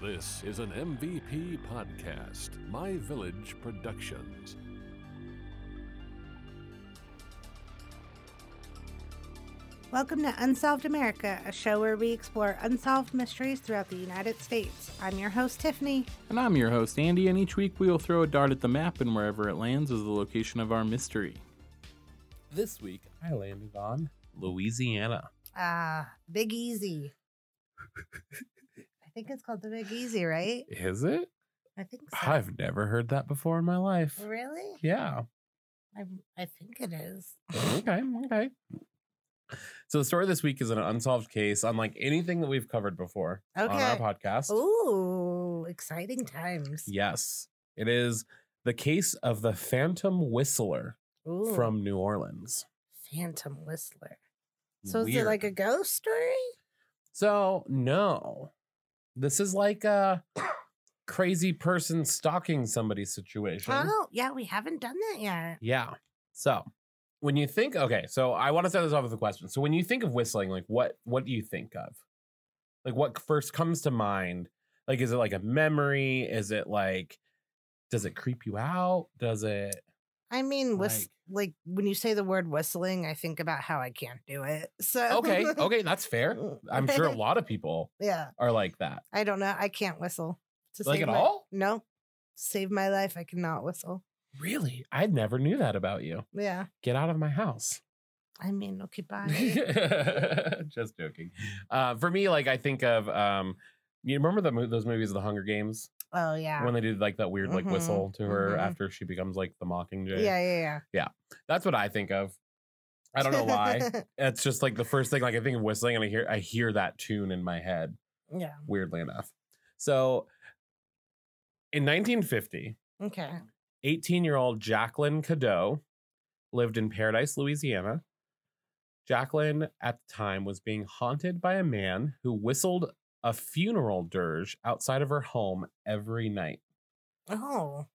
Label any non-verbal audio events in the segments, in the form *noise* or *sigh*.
This is an MVP podcast, My Village Productions. Welcome to Unsolved America, a show where we explore unsolved mysteries throughout the United States. I'm your host, Tiffany. And I'm your host, Andy, and each week we will throw a dart at the map, and wherever it lands is the location of our mystery. This week, I landed on Louisiana. Ah, Big Easy. I think it's called the Big Easy, right? Is it? I think so. I've never heard that before in my life. *sighs* Really? Yeah. I, I think it is. Okay, okay. So the story this week is an unsolved case, unlike anything that we've covered before on our Okay. podcast. Ooh, exciting times. Yes, it is the case of the Phantom Whistler Ooh, from New Orleans. Phantom Whistler. So is it Weird. like a ghost story? So no, this is like a crazy person stalking somebody situation. Oh, yeah, we haven't done that yet. Yeah. So when you think, okay, so I want to start this off with a question. So when you think of whistling, like what what do you think of? Like what first comes to mind? Like is it like a memory? Is it like does it creep you out? Does it? I mean, whist- Like- like when you say the word whistling, I think about how I can't do it. So *laughs* Okay, okay, that's fair. I'm sure a lot of people Yeah, are like that. I don't know. I can't whistle. To Like save at my- all? No. To Save my life. I cannot whistle. Really? I never knew that about you. Yeah. Get out of my house. I mean, okay, *laughs* bye. Just joking. Uh, for me, like I think of um, you remember the mo- those movies, The Hunger Games, oh yeah. when they did like that weird like Mhm, whistle to her mhm. after she becomes like the yeah, Mockingjay. yeah, yeah. that's what I think of. I don't *laughs* know why. it's just like the first thing like I think of whistling, and I hear I hear that tune in my head. yeah. Weirdly enough, so in 1950, Okay. 18 year old Jacqueline Cadeau lived in Paradise, Louisiana. Jacqueline at the time was being haunted by a man who whistled a funeral dirge outside of her home every night. Oh.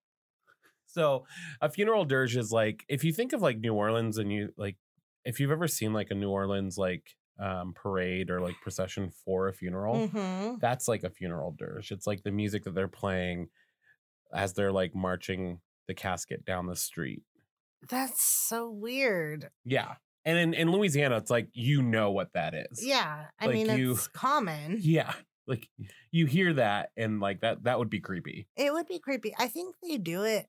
So, a funeral dirge is like if you think of like New Orleans and you like if you've ever seen like a New Orleans like um parade or like procession for a funeral, Mm-hmm. that's like a funeral dirge. It's like the music that they're playing as they're like marching the casket down the street. That's so weird. Yeah. And in, in Louisiana, it's like you know what that is. Yeah. I Like mean, you- it's common. Yeah. Like you hear that and like that that would be creepy. It would be creepy. I think they do it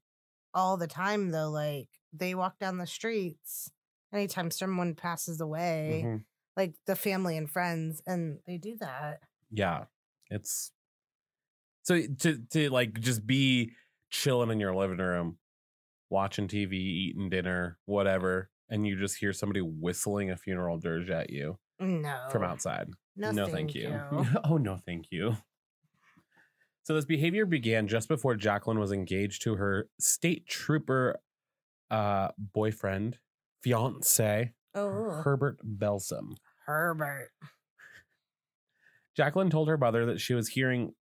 all the time, though. Like, they walk down the streets anytime someone passes away, Mhm. like the family and friends, and they do that. Yeah. It's so eh, to to like just be chilling in your living room, watching TV, eating dinner, whatever, and you just hear somebody whistling a funeral dirge at you No. from outside. No, Oh, no, thank you. *laughs* oh, no, thank you. So this behavior began just before Jacqueline was engaged to her state trooper uh, boyfriend, fiance Oh, Herbert Belsom. Herbert. Jacqueline told her mother that she was hearing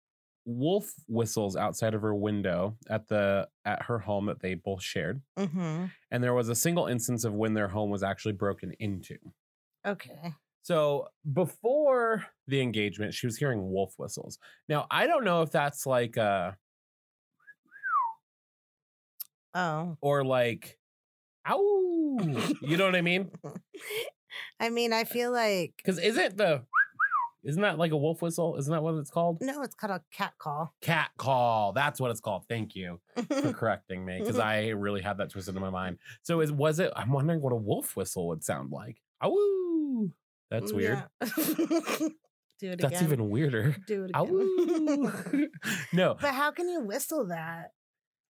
wolf whistles outside of her window at the at her home that they both shared, Mm-hmm. and there was a single instance of when their home was actually broken into. Okay. So before the engagement, she was hearing wolf whistles. Now I don't know if that's like uh Oh. or like ow. you know what I mean? I mean, Uh, I feel like Because isn't the isn't that like a wolf whistle? Isn't that what it's called? no, it's called a cat call. Cat call. That's what it's called. Thank you *laughs* for I correcting me. Mm-hmm. Because I really had that twisted in my mind. So is was it I'm wondering what a wolf whistle would sound like. Ow. That's weird. *laughs* Do Mm, it That's again. *laughs* even weirder. Do it Ow. again. *laughs* no. *laughs* but how can you whistle that?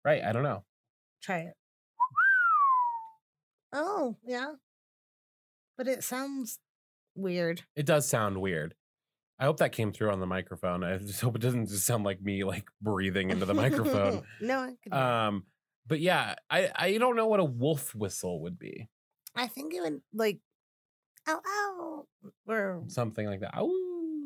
Right. I don't know. Try it. Oh yeah, but it sounds weird. It does sound weird. I hope that came through on the microphone. I just hope it doesn't just sound like me like breathing into the microphone. no, I, *laughs* could do it. Um, but yeah, I I don't know what a wolf whistle would be. I think it would like, ow ow, or *laughs* Something like that. Ow.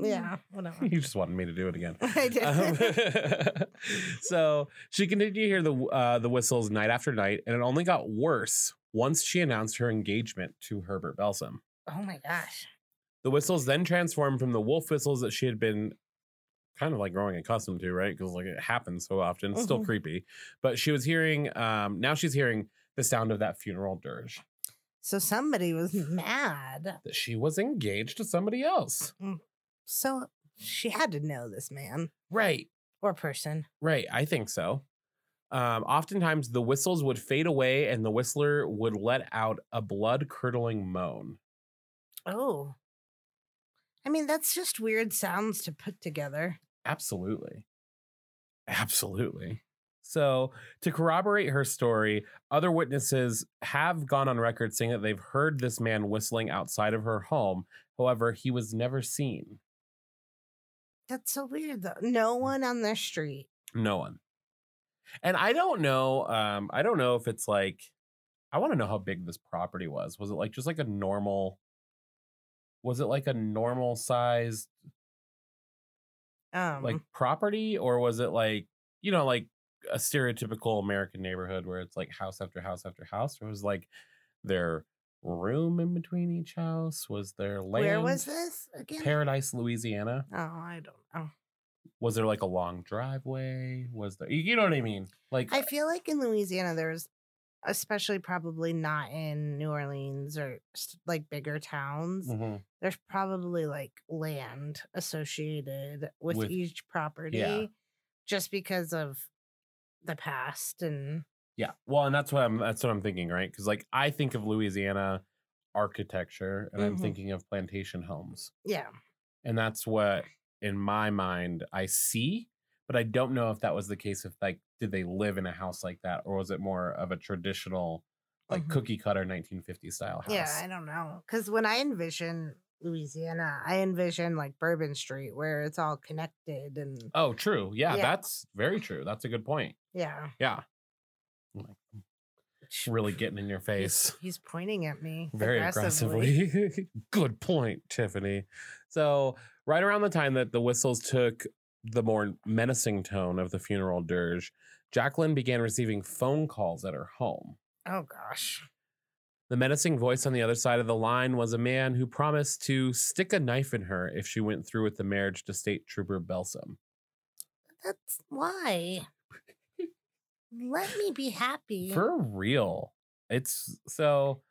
yeah, whatever. *laughs* You just wanted me to do it again. *laughs* I did. Um, *laughs* so she continued to hear the uh, the whistles night after night, and it only got worse once she announced her engagement to Herbert Belsom. oh my gosh. The whistles then transformed from the wolf whistles that she had been kind of like growing accustomed to, right? Because like it happens so often. It's still Mhm. creepy. But she was hearing um now she's hearing the sound of that funeral dirge So somebody was mad. that she was engaged to somebody else. So she had to know this man Right. or person. Right, I think so. Um, oftentimes, the whistles would fade away, and the whistler would let out a blood-curdling moan. Oh. I mean, that's just weird sounds to put together. Absolutely, absolutely. So, to corroborate her story, other witnesses have gone on record saying that they've heard this man whistling outside of her home. However, he was never seen. That's so weird, though. No one on the street. No one. And I don't know. Um, I don't know if it's like. I want to know how big this property was. Was it like just like a normal? Was it like a normal sized Um, like property, or was it like you know like a stereotypical American neighborhood where it's like house after house after house, or was like their room in between each house? Was there land? where was this again? Paradise, Louisiana. oh, I don't know. Was there like a long driveway? Was there? You you know what I mean? Like I feel like in Louisiana, there's, especially probably not in New Orleans or s- like bigger towns, Mhm. there's probably like land associated with, With- each property just because of the past and Yeah. Well, and that's what I'm that's what I'm thinking, right? Because like I think of Louisiana architecture and I'm Mhm. thinking of plantation homes. yeah. And that's what in my mind I see, but I don't know if that was the case if like did they live in a house like that or was it more of a traditional like Mhm. cookie cutter 1950 style house? Yeah, I don't know. Because when I envision Louisiana, I envision like Bourbon Street where it's all connected and Oh, true. Yeah, Yeah. that's very true. That's a good point. yeah. Yeah. I'm like, mm, it's really getting in your face. He's pointing at me very aggressively. *laughs* Good point, Tiffany. So, right around the time that the whistles took the more menacing tone of the funeral dirge, Jacqueline began receiving phone calls at her home. Oh gosh. The menacing voice on the other side of the line was a man who promised to stick a knife in her if she went through with the marriage to state trooper Belsom. That's why. Let me be happy. For real. It's so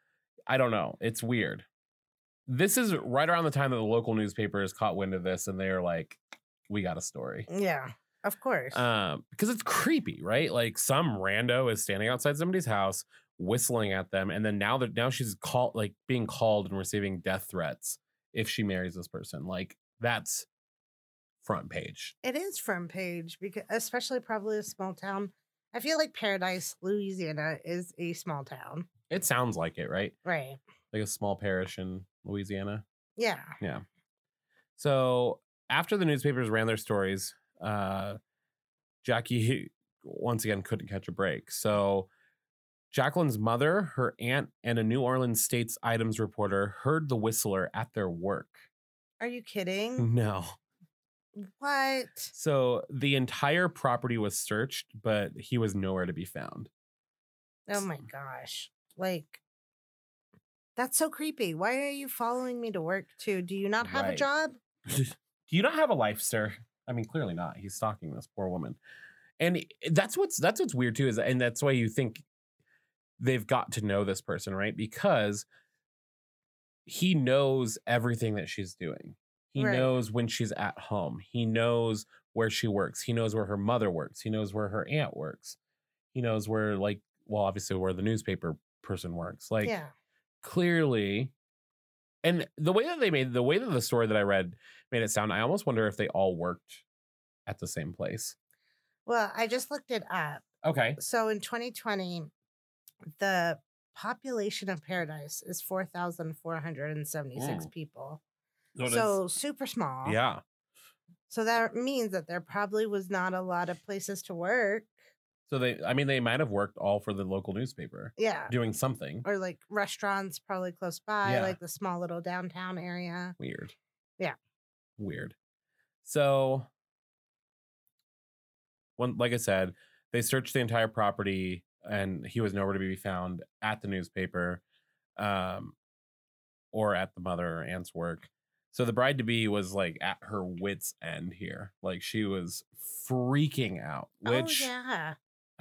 I don't know. It's weird. This is right around the time that the local newspapers caught wind of this and they are like, we got a story. yeah, of course. Um, because it's creepy, right? Like some rando is standing outside somebody's house whistling at them, and then now that now she's called like being called and receiving death threats if she marries this person. Like that's front page. It is front page because, especially probably a small town. I feel like Paradise, Louisiana, is a small town, It sounds like it, right? right? Like a small parish in Louisiana. Yeah. So after the newspapers ran their stories, uh, Jackie *laughs* once again couldn't catch a break. So Jacqueline's mother, her aunt, and a New Orleans States Items reporter heard the whistler at their work. Are you kidding? No. What? So the entire property was searched, but he was nowhere to be found. Oh my gosh! Like, that's so creepy. Why are you following me to work too? Do you not have a Right. job? Do you not have a life, sir? I mean, clearly not. He's stalking this poor woman, and that's what's that's what's weird too is, and that's why you think they've got to know this person, right? Because he knows everything that she's doing. He Right. knows when she's at home. He knows where she works. He knows where her mother works. He knows where her aunt works. He knows where, like, well, obviously where the newspaper person works. Like, yeah. clearly and the way that they made the way that the story that i read made it sound i almost wonder if they all worked at the same place Well, I just looked it up. okay So in 2020, the population of Paradise is 4,476 Mm. people. So super small. yeah So that means that there probably was not a lot of places to work. so they i mean they might have worked all for the local newspaper Yeah. doing something Or like restaurants probably close by, Yeah. like the small little downtown area. weird Yeah. weird so when like i said they searched the entire property and he was nowhere to be found at the newspaper um or at the mother or aunt's work So the bride to be was like at her wits end here. Like she was freaking out, which oh yeah,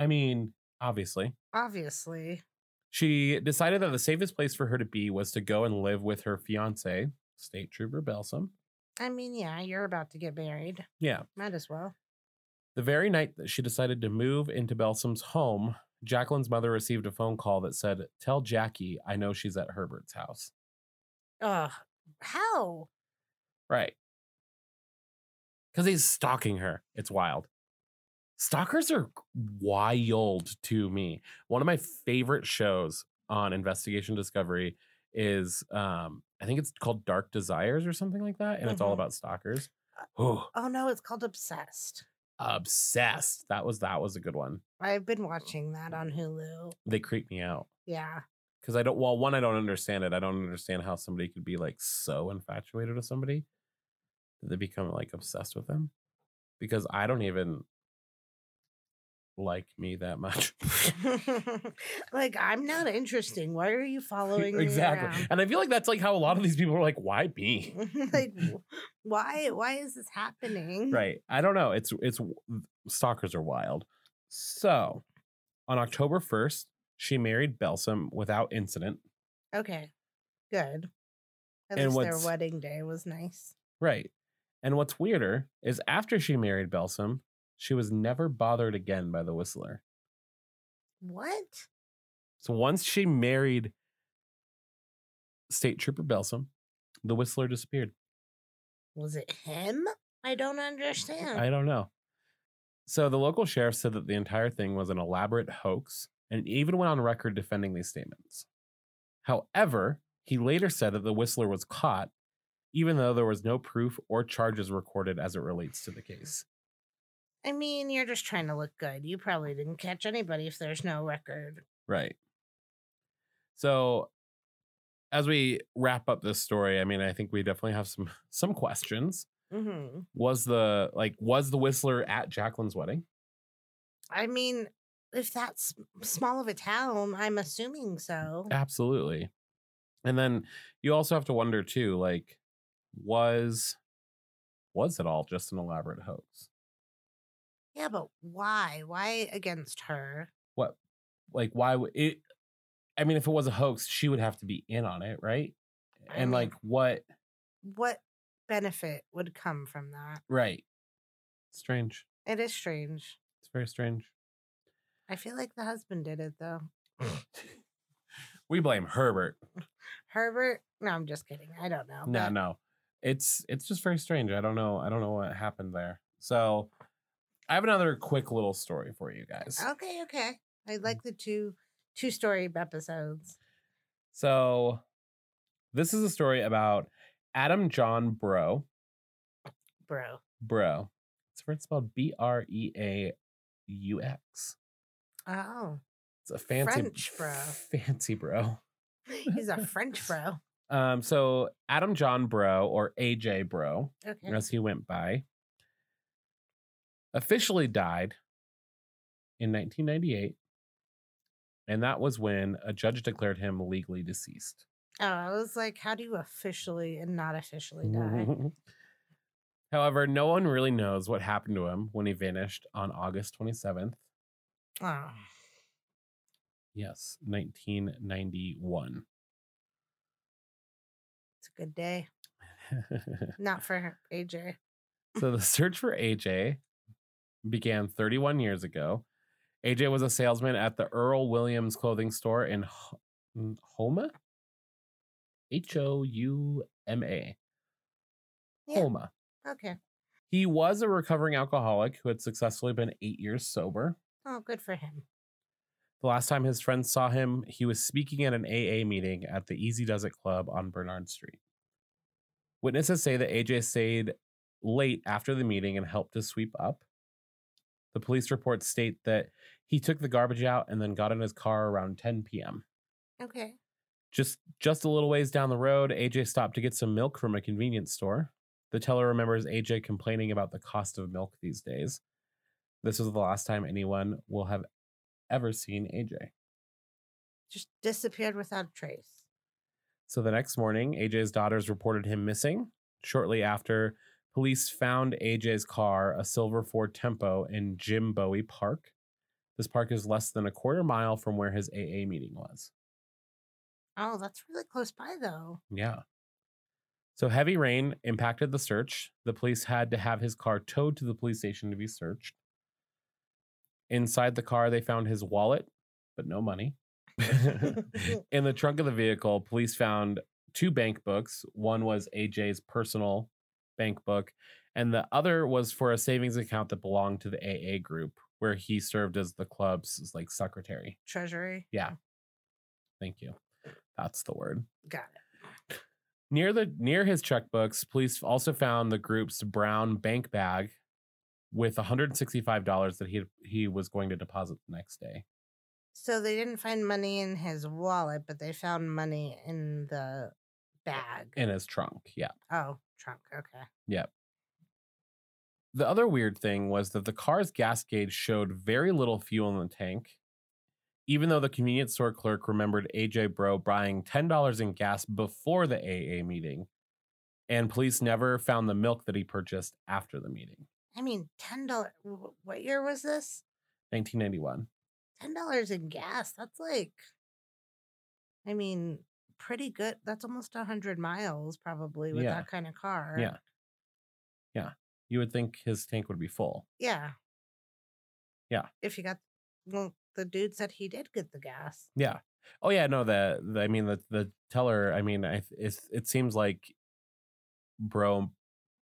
I mean, obviously. obviously. She decided that the safest place for her to be was to go and live with her fiance, State Trooper Belsom. I mean, yeah, you're about to get married. Yeah. Might as well. The very night that she decided to move into Belsom's home, Jacqueline's mother received a phone call that said, Tell Jackie I know she's at Herbert's house. Ugh, how? Right. Because he's stalking her. It's wild. Stalkers are wild to me. One of my favorite shows on Investigation Discovery is, um, I think it's called Dark Desires or something like that. And it's all Mhm. about stalkers. Ooh, Oh no, it's called Obsessed. obsessed. That was that was a good one. I've been watching that on Hulu. They creep me out. Yeah, *laughs* because I don't. Well, one, I don't understand it. I don't understand how somebody could be like so infatuated with somebody that they become like obsessed with them. Because I don't even like me that much. like I'm not interesting. Why are *laughs* you following exactly, me and I feel like that's like how a lot of these people are like, "Why me?" around? *laughs* *laughs* like, w- why? Why is this happening? Right. I don't know. It's it's stalkers are wild. So, on October first, she married Belsom without incident. Okay. Good. At And least their what's- wedding day was nice. Right. And what's weirder is after she married Belsom, she was never bothered again by the whistler. What? So once she married State Trooper Belsom, the whistler disappeared. Was it him? I don't understand. I don't know. So the local sheriff said that the entire thing was an elaborate hoax and even went on record defending these statements. However, he later said that the whistler was caught, even though there was no proof or charges recorded as it relates to the case. I mean, you're just trying to look good. You probably didn't catch anybody if there's no record. Right. So as we wrap up this story, I mean, I think we definitely have some *laughs* some questions. hmm Was the like was the whistler at Jacqueline's wedding? I mean, if that's s- small of a town, I'm assuming so. Absolutely. And then you also have to wonder too, like, was was it all just an elaborate hoax? Yeah, but why? Why against her? What like why would it I mean, if it was a hoax, she would have to be in on it, right? I And mean- like what What benefit would come from that? right. Strange. It is strange. It's very strange. I feel like the husband did it though. We blame Herbert. Herbert? No, I'm just kidding. I don't know. No, but- no. It's it's just very strange. I don't know. I don't know what happened there. So I have another quick little story for you guys. Okay, okay. I like the two two story episodes. So this is a story about Adam John Bro. Bro. Bro. It's where it's spelled B R E A U X. Oh. It's a fancy French bro. Fancy bro. He's a French bro. Um, so Adam John Bro or AJ Bro, Okay. as he went by, officially died in 1998. And that was when a judge declared him legally deceased. Oh, I was like, how do you officially and not officially *laughs* die? However, no one really knows what happened to him when he vanished on August 27th. oh. Yes, *laughs* 1991. It's a good day. Not for her, AJ. So the search for AJ began 31 years ago. AJ was a salesman at the Earl Williams clothing store in Ho- in Homa. H O U M A. Yeah. Homa. Okay. He was a recovering alcoholic who had successfully been eight years sober. Oh, good for him. The last time his friends saw him, he was speaking at an AA meeting at the Easy Does It Club on Bernard Street. Witnesses say that AJ stayed late after the meeting and helped to sweep up. The police reports state that he took the garbage out and then got in his car around 10 p.m. Okay. Just just a little ways down the road, AJ stopped to get some milk from a convenience store. The teller remembers AJ complaining about the cost of milk these days. This was the last time anyone will have ever seen AJ. Just disappeared without a trace. So the next morning, AJ's daughters reported him missing. Shortly after, police found AJ's car, a silver Ford Tempo, in Jim Bowie Park. This park is less than a quarter mile from where his AA meeting was. Oh, that's really close by though. Yeah. So heavy rain impacted the search. The police had to have his car towed to the police station to be searched. Inside the car, they found his wallet, but no money. *laughs* In the trunk of the vehicle, police found two bank books. One was AJ's personal bank book, and the other was for a savings account that belonged to the AA group, where he served as the club's like secretary. Treasury. Yeah. Thank you. That's the word. Got it. Near the near his checkbooks, police also found the group's brown bank bag with $165 that he he was going to deposit the next day. So they didn't find money in his wallet, but they found money in the bag. In his trunk, yeah. oh, trunk. Okay. The other weird thing was that the car's gas gauge showed very little fuel in the tank, even though the convenience store clerk remembered AJ Bro buying $10 in gas before the AA meeting, and police never found the milk that he purchased after the meeting. I mean, ten dollars. What year was this? 1991. Ten dollars in gas. That's like, I mean, pretty good. That's almost a hundred miles probably with Yeah. that kind of car. Yeah. You would think his tank would be full. Yeah. Yeah. If you got, well, the dude said he did get the gas. Yeah. Oh yeah, no. The, the I mean the the teller. I mean, I it it seems like bro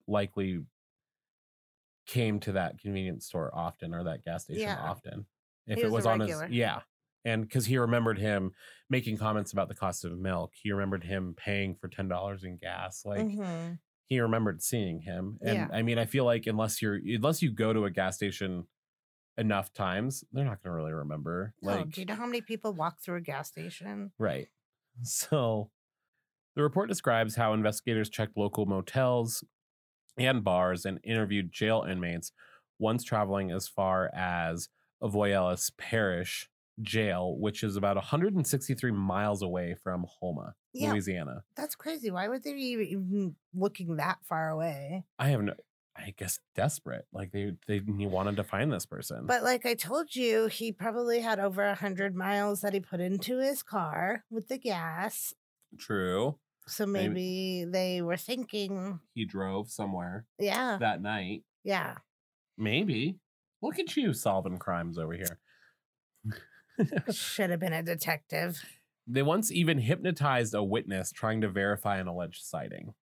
likely came to that convenience store often or that gas station Yeah. often. If He it was was a on regular. his yeah, and because he remembered him making comments about the cost of milk, he remembered him paying for ten dollars in gas. Like Mhm. he remembered seeing him, and Yeah. I mean, I feel like unless you're unless you go to a gas station enough times, they're not going to really remember. No, do you know how many people walk through a gas station? Right. So the report describes how investigators checked local motels and bars and interviewed jail inmates once traveling as far as Avoyelles Parish Jail, which is about 163 miles away from Homa, Yeah, Louisiana. that's crazy. Why would they be even looking that far away? I have no I guess desperate. Like they they wanted to find this person. But like I told you, he probably had over a hundred miles that he put into his car with the gas. True. So Maybe- maybe they were thinking, He drove somewhere *laughs* yeah, that night. yeah. Maybe. Look at you solving crimes over here. Should have been a detective. *laughs* They once even hypnotized a witness trying to verify an alleged sighting,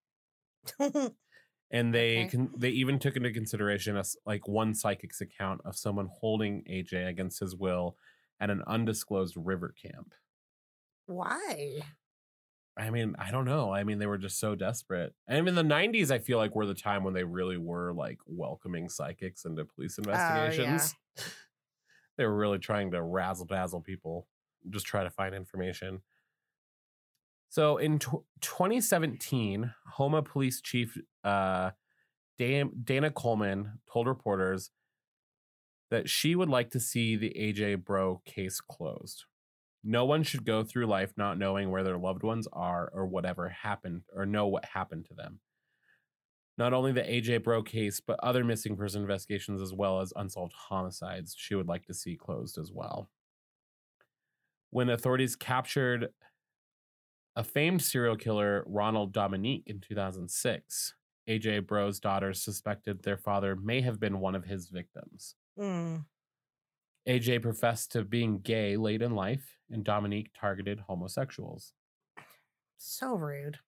and they Okay. con- they even took into consideration as like one psychic's account of someone holding AJ against his will at an undisclosed river camp. Why? I mean, I don't know. I mean, they were just so desperate. I mean, the '90s, I feel like were the time when they really were like welcoming psychics into police investigations. they were really trying to razzle dazzle people, just try to find information. So in tw 2017, Homa Police Chief uh, Dan- Dana Coleman told reporters that she would like to see the AJ Bro case closed. No one should go through life not knowing where their loved ones are or whatever happened or know what happened to them. Not only the AJ Bro case, but other missing person investigations as well as unsolved homicides, she would like to see closed as well. When authorities captured a famed serial killer, Ronald Dominique, in 2006, AJ Bro's daughters suspected their father may have been one of his victims. Mm. AJ professed to being gay late in life, and Dominique targeted homosexuals. So rude.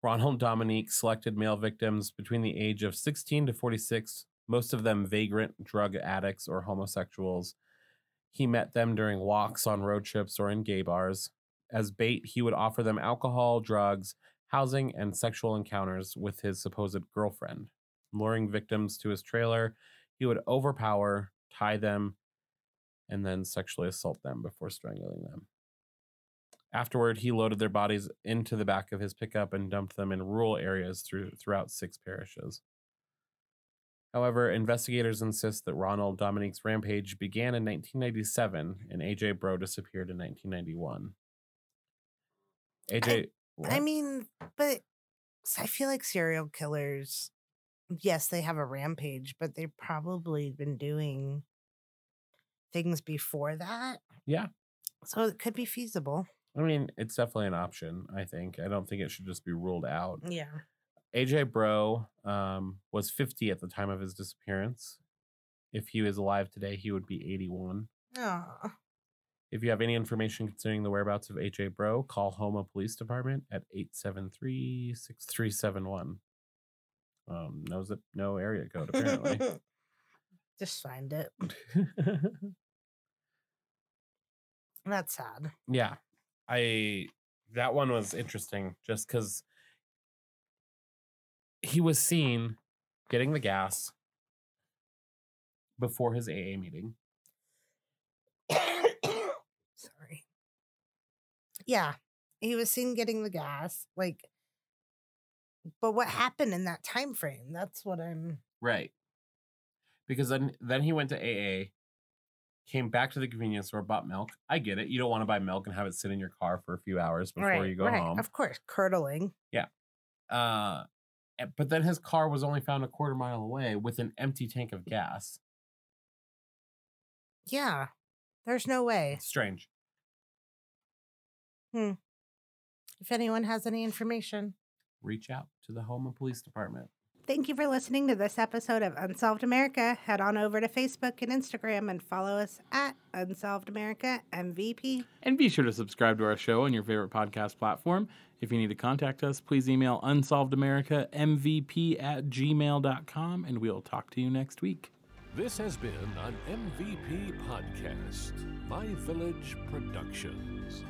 Ronald Dominique selected male victims between the age of 16 to 46, most of them vagrant drug addicts or homosexuals. He met them during walks on road trips or in gay bars. As bait, he would offer them alcohol, drugs, housing, and sexual encounters with his supposed girlfriend. Luring victims to his trailer, he would overpower, tie them, and then sexually assault them before strangling them. Afterward, he loaded their bodies into the back of his pickup and dumped them in rural areas through, throughout six parishes. However, investigators insist that Ronald Dominique's rampage began in 1997 and AJ Bro disappeared in 1991. AJ, I what? mean, but 'Cause I feel like serial killers, yes, they have a rampage, but they've probably been doing things before that. Yeah. So it could be feasible. I mean, it's definitely an option, I think. I don't think it should just be ruled out. Yeah. AJ Bro um, was 50 at the time of his disappearance. If he was alive today, he would be 81. Oh, If you have any information concerning the whereabouts of AJ Bro, call Homa Police Department at 873 6371. Um, knows that no area code, *laughs* *laughs* apparently. Just find it. That's *coughs* sad. yeah i that one was interesting just because he was seen getting the gas before his aa meeting Sorry. Yeah. He was seen getting the gas. Like, but what happened in that time frame? That's what I'm. right because then then he went to aa came back to the convenience store bought milk i get it you don't want to buy milk and have it sit in your car for a few hours before you go home Of course, curdling. uh eh, but then his car was only found a quarter mile away with an empty tank of gas Yeah. There's no way. Hmm. strange If anyone has any information. reach out to the Homa Police Department. Thank you for listening to this episode of Unsolved America. Head on over to Facebook and Instagram and follow us at Unsolved America MVP. And be sure to subscribe to our show on your favorite podcast platform. If you need to contact us, please email unsolvedamerica.mvp at gmail.com, and we'll talk to you next week. This has been an MVP podcast, My Village Productions.